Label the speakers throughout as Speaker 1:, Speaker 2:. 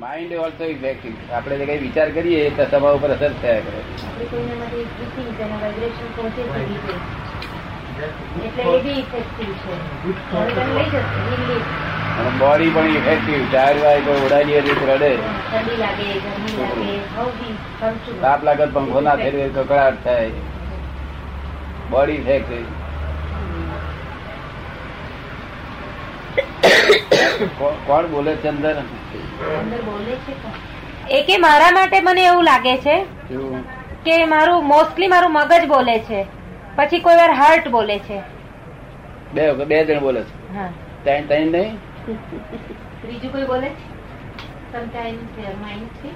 Speaker 1: Mind also effective આપણે જે કઈ વિચાર કરીએ તો સભા ઉપર અસર થયા કરે
Speaker 2: આપણે કોઈનામાંથી એક બુદ્ધિ તેને vibration પહોંચે છે બીજે. એટલે એ બી effective છે. હવે તમે લઈ જશો, લીલી.
Speaker 1: અને બોડી પણ ઇફેક્ટિવ ચાર વાર કોઈ ઉડાડીએ તો રડે
Speaker 2: ઠંડી લાગે, ગરમી લાગે, how we come to-
Speaker 1: તાપ લાગે તો પંખો ના ફેરવે તો કડાટ થાય બોડી ઇફેક્ટિવ કોણ બોલે છે અંદર
Speaker 2: અંદર બોલે છે કોણ?
Speaker 3: એ કે મારા માટે મને એવું લાગે છે
Speaker 1: એવું?
Speaker 3: કે મારું મોસ્ટલી મારું મગજ બોલે છે પછી કોઈ વાર હાર્ટ બોલે છે
Speaker 1: બે બે જણ બોલે છે
Speaker 3: હા
Speaker 1: ત્રણ ત્રણ નહીં
Speaker 2: ત્રીજું કોઈ બોલે છે સમટાઈમ્સ યોર માઇન્ડ થી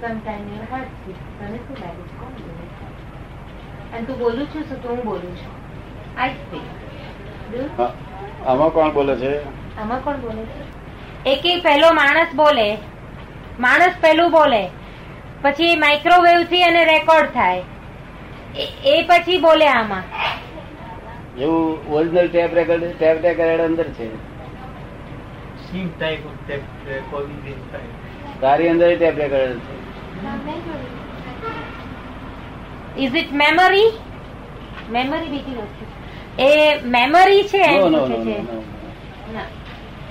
Speaker 2: સમટાઈમ યોર હાર્ટ થી તને શું લાગે છે કોણ બોલે છે અને તું બોલું છું શું તો હું બોલું છું આઈ સ્પીક
Speaker 1: હા. આમાં કોણ બોલે છે
Speaker 2: આમાં કોણ બોલે છે
Speaker 3: એકે પહેલો માણસ બોલે માણસ પહેલું બોલે પછી માઇક્રોવેવ થી એને રેકોર્ડ થાય એ એ પછી બોલે આમાં
Speaker 1: એવું original tape record tape record અંદર છે
Speaker 4: Sim, tem tempo, pode vir, tem.
Speaker 1: તારી અંદર ટેપ રેકોર્ડ છે
Speaker 3: ઇઝ ઇટ મેમરી
Speaker 2: મેમરી બીજી વસ્તુ છે.
Speaker 3: એ મેમરી છે એમ
Speaker 1: No, no,
Speaker 3: પૂછે
Speaker 1: no,
Speaker 3: છે
Speaker 1: no, no.
Speaker 2: ના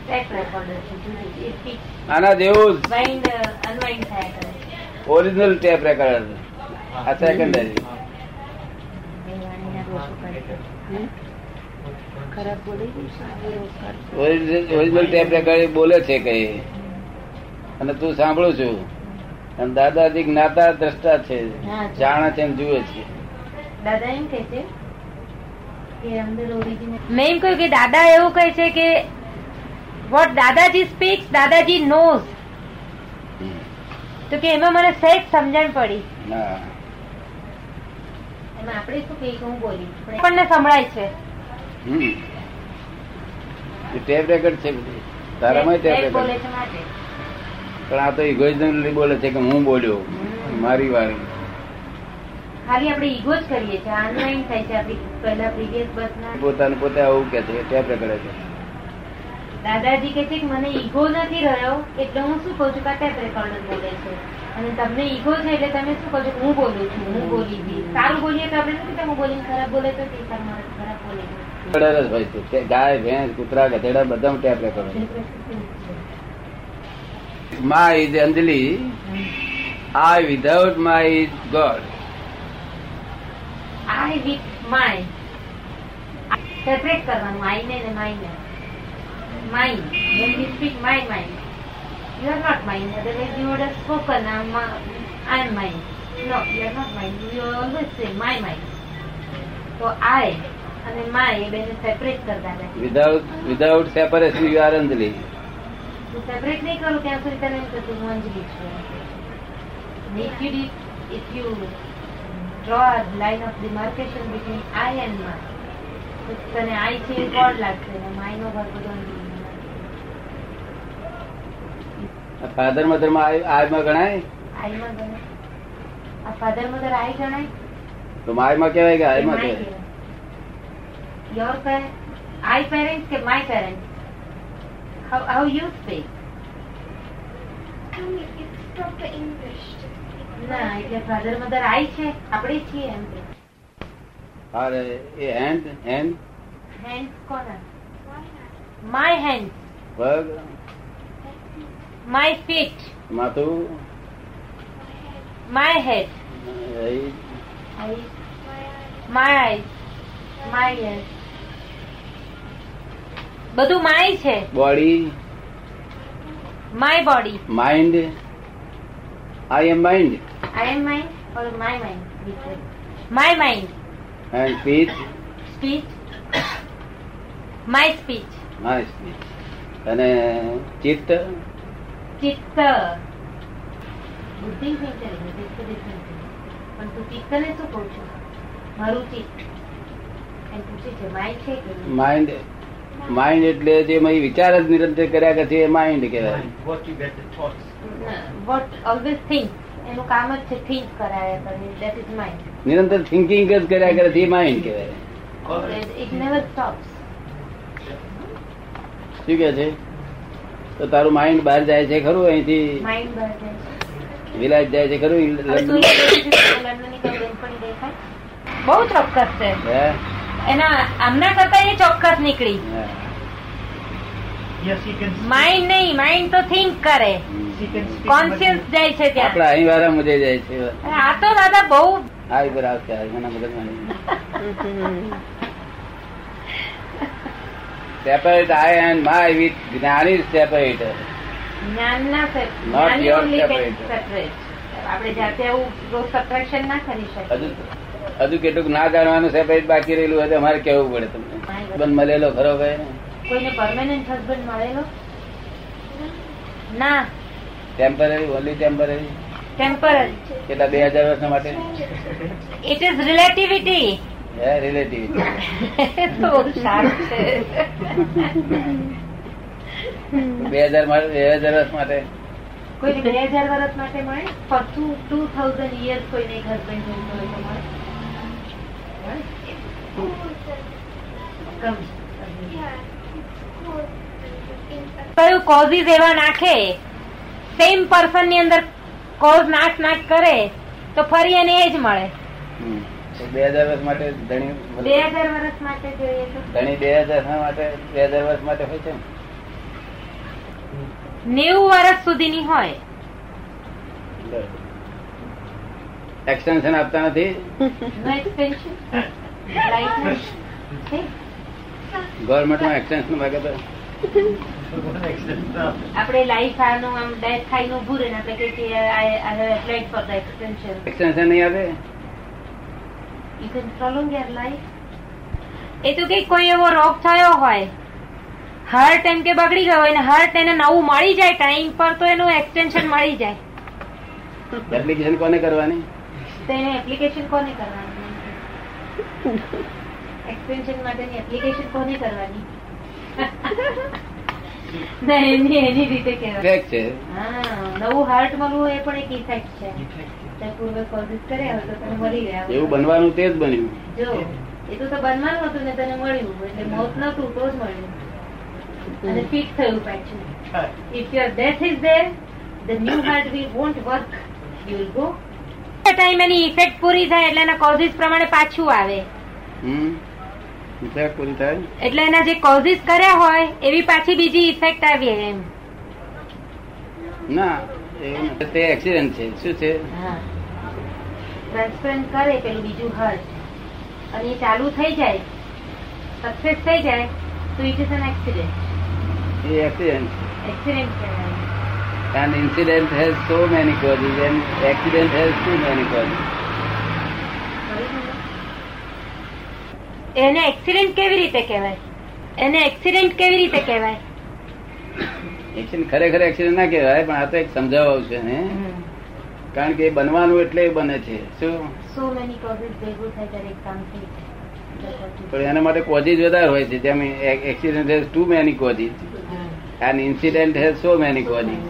Speaker 2: ટેપ રેકોર્ડર છે જુદી છે. એ સ્પીક
Speaker 1: આના જેવું
Speaker 2: વાઇન્ડ
Speaker 3: uh,
Speaker 2: અનવાઇન્ડ થયા કરે છે
Speaker 1: ઓરિજિનલ ટેપ રેકોર્ડ
Speaker 4: Ah,
Speaker 1: આ secondary.
Speaker 2: એ વાણીના દોષો કરે છે હમ? ખરાબ બોલી ગયું છે એ વખત.
Speaker 1: Oh. ઓરિજિનલ ટેપ રેકોર્ડ બોલે છે કઈ અને તું સાંભળું છું અને દાદાજી જ્ઞાતા દ્રષ્ટા છે
Speaker 2: હા.
Speaker 1: જાણે છે ને જુએ છે
Speaker 2: દાદા એમ કહે છે કે અંદર ઓરિજિનલ
Speaker 3: મેં એમ કહ્યું કે દાદા એવું કહે છે કે વોટ દાદાજી સ્પીક્સ દાદાજી નોઝ તો કે એમાં મને સહેજ સમજણ પડી
Speaker 1: હા.
Speaker 2: એમાં આપણે શું કહીએ કે હું બોલી પણ
Speaker 3: આપણને સંભળાય છે
Speaker 1: હમ. એ ટેપ રેકોર્ડ છે બધી. તારામાંય ટેપ
Speaker 2: ટેપ
Speaker 1: રેકોર્ડ
Speaker 2: બોલે છે માટે
Speaker 1: પણ આ તો ઇગોઇઝમ બોલે છે કે હું બોલ્યો મારી વારી
Speaker 2: ખાલી આપણે ઈગો જ કરીએ છીએ અનલાઈન થાય છે આપણી પહેલા પ્રીવિયસ બસના
Speaker 1: પોતાને પોતે આવું કે છે ટેપ રેકોર્ડ છે
Speaker 2: દાદાજી કહે છે કે મને ઈગો નથી રહ્યો એટલે હું શું કહું છું કે આ ટેપ રેકોર્ડર બોલે છે અને તમને ઈગો છે એટલે તમે શું કહો છો કે હું બોલું છું હું બોલી હતી સારું બોલીએ તો આપણે નથી કે હું બોલીને ખરાબ બોલે તો તે તારા માણસ ખરાબ બોલે છે.
Speaker 1: રેકોર્ડર જ હોય છે તે ગાય ભેંસ કૂતરા ગધેડા બધામાં ટેપ રેકોર્ડ હોય માં is Anjali I without my is God
Speaker 2: I with my separate કરવાનું આઈને ને માઈને mine when you speak my mind you are not mind otherwise you would spoken I am mind no you are not mind you always say my mind તો I અને my એ બેને separate કરતા હતા
Speaker 1: without without separation you are Anjali
Speaker 2: હું separate નહીં કરું ત્યાં સુધી તને એમ થતું હું અંજલિ છું if you if you draw line of demarcation between I and માં તો તને આઈ છે એ કોણ લાગશે અને માયનો ભાગ બધો અંજલિ માં લાગશે.
Speaker 1: ફાધર મધર માં આય માં ગણાય
Speaker 2: આઈમાં ગણાય આ ફાધર મધર આઈ ગણાય
Speaker 1: તો માય માં કહેવાય કે આય માં કહેવાય
Speaker 2: યોર આઈ પેરેન્ટ્સ કે my parents how how you speak
Speaker 5: Um, it's proper English.
Speaker 2: ના એટલે ફાધર મધર આઈ છે આપણે છીએ એમ કે
Speaker 1: અરે એ હેન્ડ હેન્ડ
Speaker 2: હેન્ડ કોના
Speaker 5: Why not?
Speaker 3: માય હેન્ડ
Speaker 1: પગ
Speaker 3: માય ફીટ
Speaker 1: માથું
Speaker 5: My head,
Speaker 3: માય હેડ
Speaker 1: એ
Speaker 2: eye
Speaker 5: my eyes,
Speaker 3: my eyes
Speaker 2: my yes
Speaker 3: બધું માય છે
Speaker 1: body
Speaker 3: my body
Speaker 1: mind I am mind
Speaker 2: I am mind or my mind
Speaker 3: my mind
Speaker 1: and speech
Speaker 2: speech
Speaker 3: my speech
Speaker 1: my speech અને ચિત્ત
Speaker 2: ચિત્ત બુદ્ધિ વિચારી ચિત્ત વિચારી પણ તું ચિત્તને શું કહું છું મારું ચિત્ત એમ પૂછે છે માય છે કે નહીં?
Speaker 1: માઇન્ડ માઇન્ડ એટલે જે મેં વિચાર જ નિરંતર કર્યા કરે છે એ માઇન્ડ કહેવાય
Speaker 4: What you get the thoughts.
Speaker 2: ના વોટ ઓલવેઝ થિંક એનું કામ જ છે થિંક કરાયા કરે દેટ ઇઝ માઇન્ડ
Speaker 1: નિરંતર થિંકિંગ જ કર્યા કરે છે એ માઇન્ડ કહેવાય
Speaker 4: Correct.
Speaker 2: ઇટ નેવર સ્ટોપ્સ
Speaker 1: શું કે છે તો તારું માઇન્ડ બહાર જાય છે ખરું અહીંથી
Speaker 2: માઇન્ડ બહાર જાય છે.
Speaker 1: વિલાસ જાય છે ખરું
Speaker 2: હવે
Speaker 1: લંડન?
Speaker 2: સૂર્યદેવજી લંડનની કોઈ બેનપણી દેખાય?
Speaker 3: બહુ ચોક્કસ છે
Speaker 1: હે?
Speaker 3: એના આમના કરતા એ ચોક્કસ નીકળી
Speaker 1: હા.
Speaker 4: Yes, she can. speak.
Speaker 3: Mind નહીં માઇન્ડ તો થિંક કરે
Speaker 4: She can speak.
Speaker 3: કોન્શિયસ જાય છે ત્યાં
Speaker 1: આપડા અહીં વાળા મુજે જાય છે
Speaker 3: અરે આ તો દાદા બહુ
Speaker 1: આ ઉપર આવશે આ એના મગજમાં separate I and my with જ્ઞાન ઇઝ સેપરેટ
Speaker 2: જ્ઞાનના સે-
Speaker 1: Not
Speaker 2: જ્ઞાની
Speaker 1: your
Speaker 2: only
Speaker 1: separate.
Speaker 2: can separate. આપણે જાતે આવું સબટ્રેક્શન ના કરી
Speaker 1: હજુ
Speaker 2: શકીએ
Speaker 1: હજુ કેટલુંક ના જાણવાનું સેપરેટ બાકી રહેલું હોય તો અમારે કેવું પડે તમને બંધ મળેલો ખરો ભાઈ
Speaker 2: કોઈને પરમેનન્ટ હસબન્ડ મળેલો
Speaker 3: ના
Speaker 1: ટેમ્પરરી ઓનલી ટેમ્પરરી
Speaker 3: ટેમ્પરરી
Speaker 1: કેટલા બે હજાર વર્ષ માટે
Speaker 3: ઇટ ઇઝ રિલેટિવિટી
Speaker 1: હે રિલેટિવ
Speaker 3: તો બહુ સારું છે
Speaker 1: બે હજાર માટે બે હજાર વર્ષ માટે
Speaker 2: કોઈને બે હજાર વર્ષ માટે મળે for two two thousand years કોઈને એક હસબન્ડ જોઈતો હોય તો મળે મળે? કમ.
Speaker 3: કયું કોઝિસ એવા નાખે સેમ પર્સન ની અંદર કોઝ નાશ નાશ કરે તો ફરી એને એ જ મળે
Speaker 1: હમ. તો બે હજાર વર્ષ માટે ધણી
Speaker 2: બે હજાર વર્ષ માટે જોઈએ તો
Speaker 1: ધણી બે હજાર વર્ષ માટે બે હજાર વર્ષ માટે હોય છે ને?
Speaker 4: Mm.
Speaker 3: નેવું વર્ષ સુધીની હોય
Speaker 1: એક્સટેન્શન આપતા નથી
Speaker 2: નો એક્સટેન્શન લાઈફ
Speaker 1: ગવર્મેન્ટમાં એક્સટેન્શન માગે તો
Speaker 4: But
Speaker 2: આપણે લાઈફ આનું આમ ડેથ થાય ને ઉભું રહે ને આપણે કહીએ કે I have applied for the extension
Speaker 1: extension નહીં આપે
Speaker 2: you can prolong your life
Speaker 3: એ તો કે કોઈ એવો રોગ થયો હોય હાર્ટ એમ કે બગડી ગયો હોય ને હાર્ટ એને નવું મળી જાય ટાઈમ પર તો એનું એક્સટેન્શન મળી જાય
Speaker 1: એપ્લિકેશન કોને કરવાની
Speaker 2: તો એને એપ્લિકેશન કોને કરવાની એક્સટેન્શન માટેની એપ્લિકેશન કોને કરવાની ના એની એની રીતે કહેવાય
Speaker 1: ફેક છે
Speaker 2: હા નવું હાર્ટ મળવું એ પણ એક ઇફેક્ટ છે તે પૂર્વે કોશિશ કરે હવે તો તને મળી ગયા
Speaker 1: એવું બનવાનું તે જ બન્યું
Speaker 2: જો એ તો તો બનવાનું હતું ને તને મળ્યું એટલે મોત નતું તો જ મળ્યું અને ફિટ થયું પાછું if your death is there the new heart will won't work you will go
Speaker 3: time any effect પૂરી થાય એટલે એના કોઝિસ પ્રમાણે પાછું આવે
Speaker 1: હમ ઇફેક્ટ પૂરી થાય
Speaker 3: એટલે એના જે કોઝિસ કર્યા હોય એવી પાછી બીજી ઇફેક્ટ આવી એમ
Speaker 1: ના એવું નથી. તે એક્સિડન્ટ છે શું છે
Speaker 2: ટ્રાન્સપ્લાન્ટ કરે પેલું બીજું હાર્ટ અને એ ચાલુ થઈ જાય સક્સેસ થઈ જાય તો ઇટ ઇઝ એન એક્સિડન્ટ
Speaker 1: એ એક્સિડન્ટ
Speaker 2: એક્સિડન્ટ કહેવાય
Speaker 1: And incident has so many causes and accident has too many causes.
Speaker 2: ખરું ને?
Speaker 3: એને એક્સિડન્ટ કેવી રીતે કહેવાય એને એક્સિડન્ટ કેવી રીતે કહેવાય
Speaker 1: Accident ખરેખર એક્સિડન્ટ ના કહેવાય પણ આ તો એક સમજાવવું છે ને કારણ કે એ બનવાનું એટલે એ બને છે શું
Speaker 2: સો મેની કોઝિસ ભેગું થાય દરેક કામથી
Speaker 1: પણ એના માટે કોઝિસ વધારે હોય છે જેમ accident has too many causes and incident has so many causes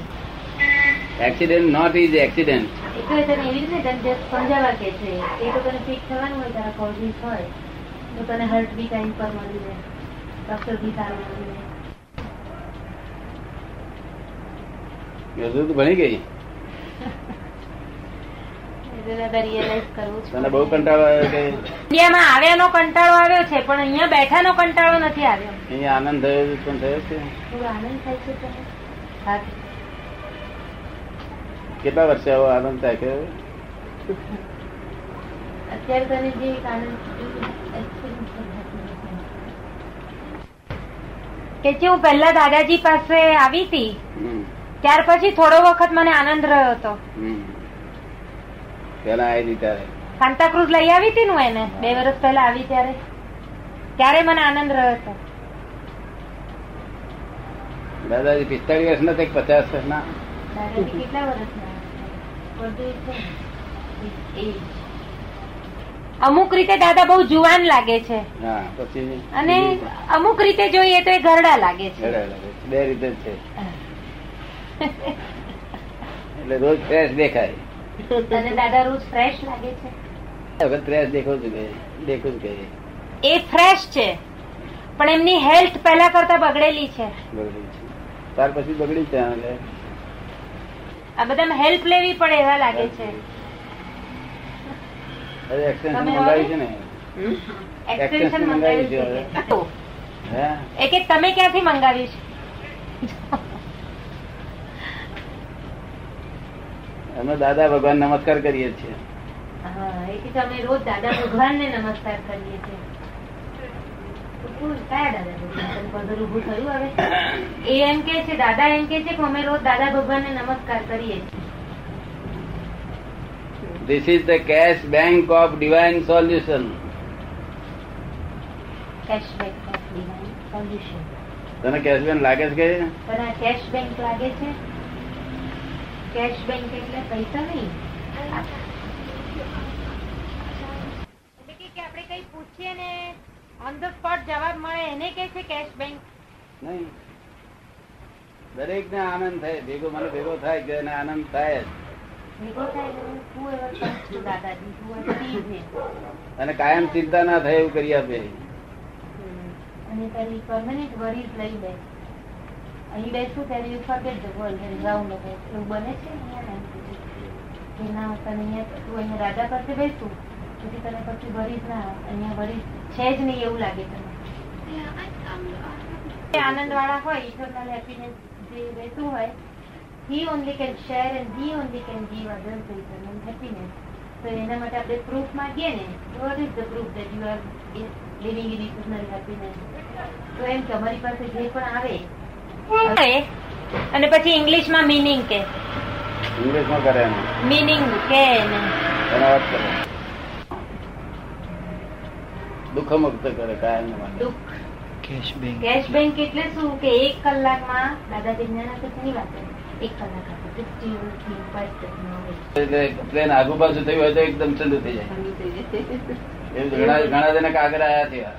Speaker 1: accident not is accident
Speaker 2: એટલે તને એવી રીતે તને જે સમજાવવા કે છે એ તો તને ફિટ થવાનું હોય તારા કોઝિસ હોય તો તને હર્ટ બી ટાઈમ પર મળી રહે ડોક્ટર બી સારું મળી રહે
Speaker 1: હજુ તો ભણી ગઈ
Speaker 2: એટલે દાદા રિયલાઇઝ કરવું છે
Speaker 1: તને બહુ કંટાળો આવ્યો કે
Speaker 3: ઇન્ડિયામાં આવ્યાનો કંટાળો આવ્યો છે પણ અહીંયા બેઠાનો કંટાળો નથી આવ્યો
Speaker 1: અહીંયા આનંદ થયો છે, પણ થયો છે
Speaker 2: થોડો આનંદ થાય છે તને હા
Speaker 1: કેટલા વર્ષે આવો આનંદ થાય
Speaker 2: અત્યારે તને જે એક આનંદ experience થતો નથી.
Speaker 3: કે છે હું પહેલા દાદાજી પાસે આવી હતી
Speaker 1: હમ
Speaker 3: ત્યાર પછી થોડો વખત મને આનંદ રહ્યો હતો
Speaker 1: હમ પેલા આવી દીધા રે.
Speaker 3: સાંતાક્રુઝ લઈ આવી હતી ને હું એને બે વર્ષ પહેલા આવી ત્યારે ત્યારે મને આનંદ રહ્યો હતો
Speaker 1: દાદાજી પિસ્તાળીસ વર્ષ ના થાય પચાસ વર્ષ ના
Speaker 2: દાદાજી કેટલા વર્ષના બધું છે ને, age.
Speaker 3: અમુક રીતે દાદા બહુ જુવાન લાગે છે
Speaker 1: હા પછી
Speaker 3: અને અમુક રીતે જોઈએ તો એ ઘરડા લાગે છે
Speaker 1: ઘરડા લાગે છે. બે રીતે જ છે એટલે રોજ ફ્રેશ દેખાય
Speaker 2: તને દાદા રોજ ફ્રેશ લાગે છે
Speaker 1: આ વખત ફ્રેશ દેખો છું કે દેખો છું કે
Speaker 3: એ ફ્રેશ છે પણ એમની હેલ્થ પહેલા કરતા બગડેલી છે
Speaker 1: બરોબર છે ત્યાર પછી બગડી જ ત્યાં આગળ.
Speaker 3: આ બધામાં હેલ્પ લેવી પડે એવા લાગે છે
Speaker 1: અરે extension
Speaker 3: તમે
Speaker 1: મંગાવી છે ને
Speaker 3: એક્સટેન્શન મંગાવ્યું છે તો,
Speaker 1: હે
Speaker 3: એક એક તમે ક્યાંથી મંગાવ્યું છે
Speaker 1: અમે દાદા ભગવાન નમસ્કાર કરીએ છીએ
Speaker 2: હા એ કે અમે રોજ દાદા ભગવાનને નમસ્કાર કરીએ છીએ તો કોણ? કયા દાદા ભગવાન? તને પધર ઊભું થયું હવે એ એમ કે છે દાદા એમ કે છે કે અમે રોજ દાદા ભગવાનને નમસ્કાર કરીએ છીએ
Speaker 1: This is the cash bank of divine solution.
Speaker 2: Cashback of divine solution
Speaker 1: તને cash bank લાગે છે કે
Speaker 2: તને આ કેશ બેંક લાગે છે કેશ બેંક એટલે પૈસા નહીં
Speaker 3: એટલે કે- કે આપણે કઈ પૂછીએ ને ઓન ધ સ્પોટ જવાબ મળે એને કે છે કેશ બેંક
Speaker 1: નહીં દરેકને આનંદ થાય ભેગો મને ભેગો થાય કે એને આનંદ થાય જ
Speaker 2: ભેગો થાય તો હું એવા comes to દાદાજી who are pleased him.
Speaker 1: અને કાયમ ચિંતા ના થાય એવું કરી આપે
Speaker 2: અને પેલી permanent worries લઈ લે અહીં બેસું ત્યારે you forget the world and ground of it. એવું બને છે અહીંયા ના કે ના, તને અહીંયા તું અહીંયા રાજા પાસે બેસું પછી તને પછી worries ના આવે. અહીંયા worries છે જ નહીં એવું લાગે તને
Speaker 5: Yeah, I, I'm, I'm
Speaker 2: આનંદ વાળા હોય ઇન્ટરનલ હેપીનેસ જે રહેતું હોય he only can share and he only can give others internal happiness તો એના માટે આપણે પ્રૂફ માંગીએ ને what is the proof that you are living in internal happiness તો એમ તમારી પાસે જે પણ આવે
Speaker 3: એ, અને પછી ઇંગ્લિશમાં મિનિંગ કે
Speaker 1: ઇંગ્લિશમાં કરે એનું
Speaker 3: મિનિંગ કે ને
Speaker 1: એનો અર્થ કરે દુઃખમુક્ત કરે કાયમને માટે
Speaker 2: દુઃખ કેશ બેંક એટલે શું કે એક કલાકમાં દાદા વિજ્ઞાન ની વાત છે. એક કલાક આપણે ફિફ્ટી રૂપી
Speaker 1: એટલે પ્લેન આગુ પાછું થયું હોય તો એકદમ ઠંડુ થઈ જાય એવું ઘણા ઘણા જણા કાગરા આયા થયા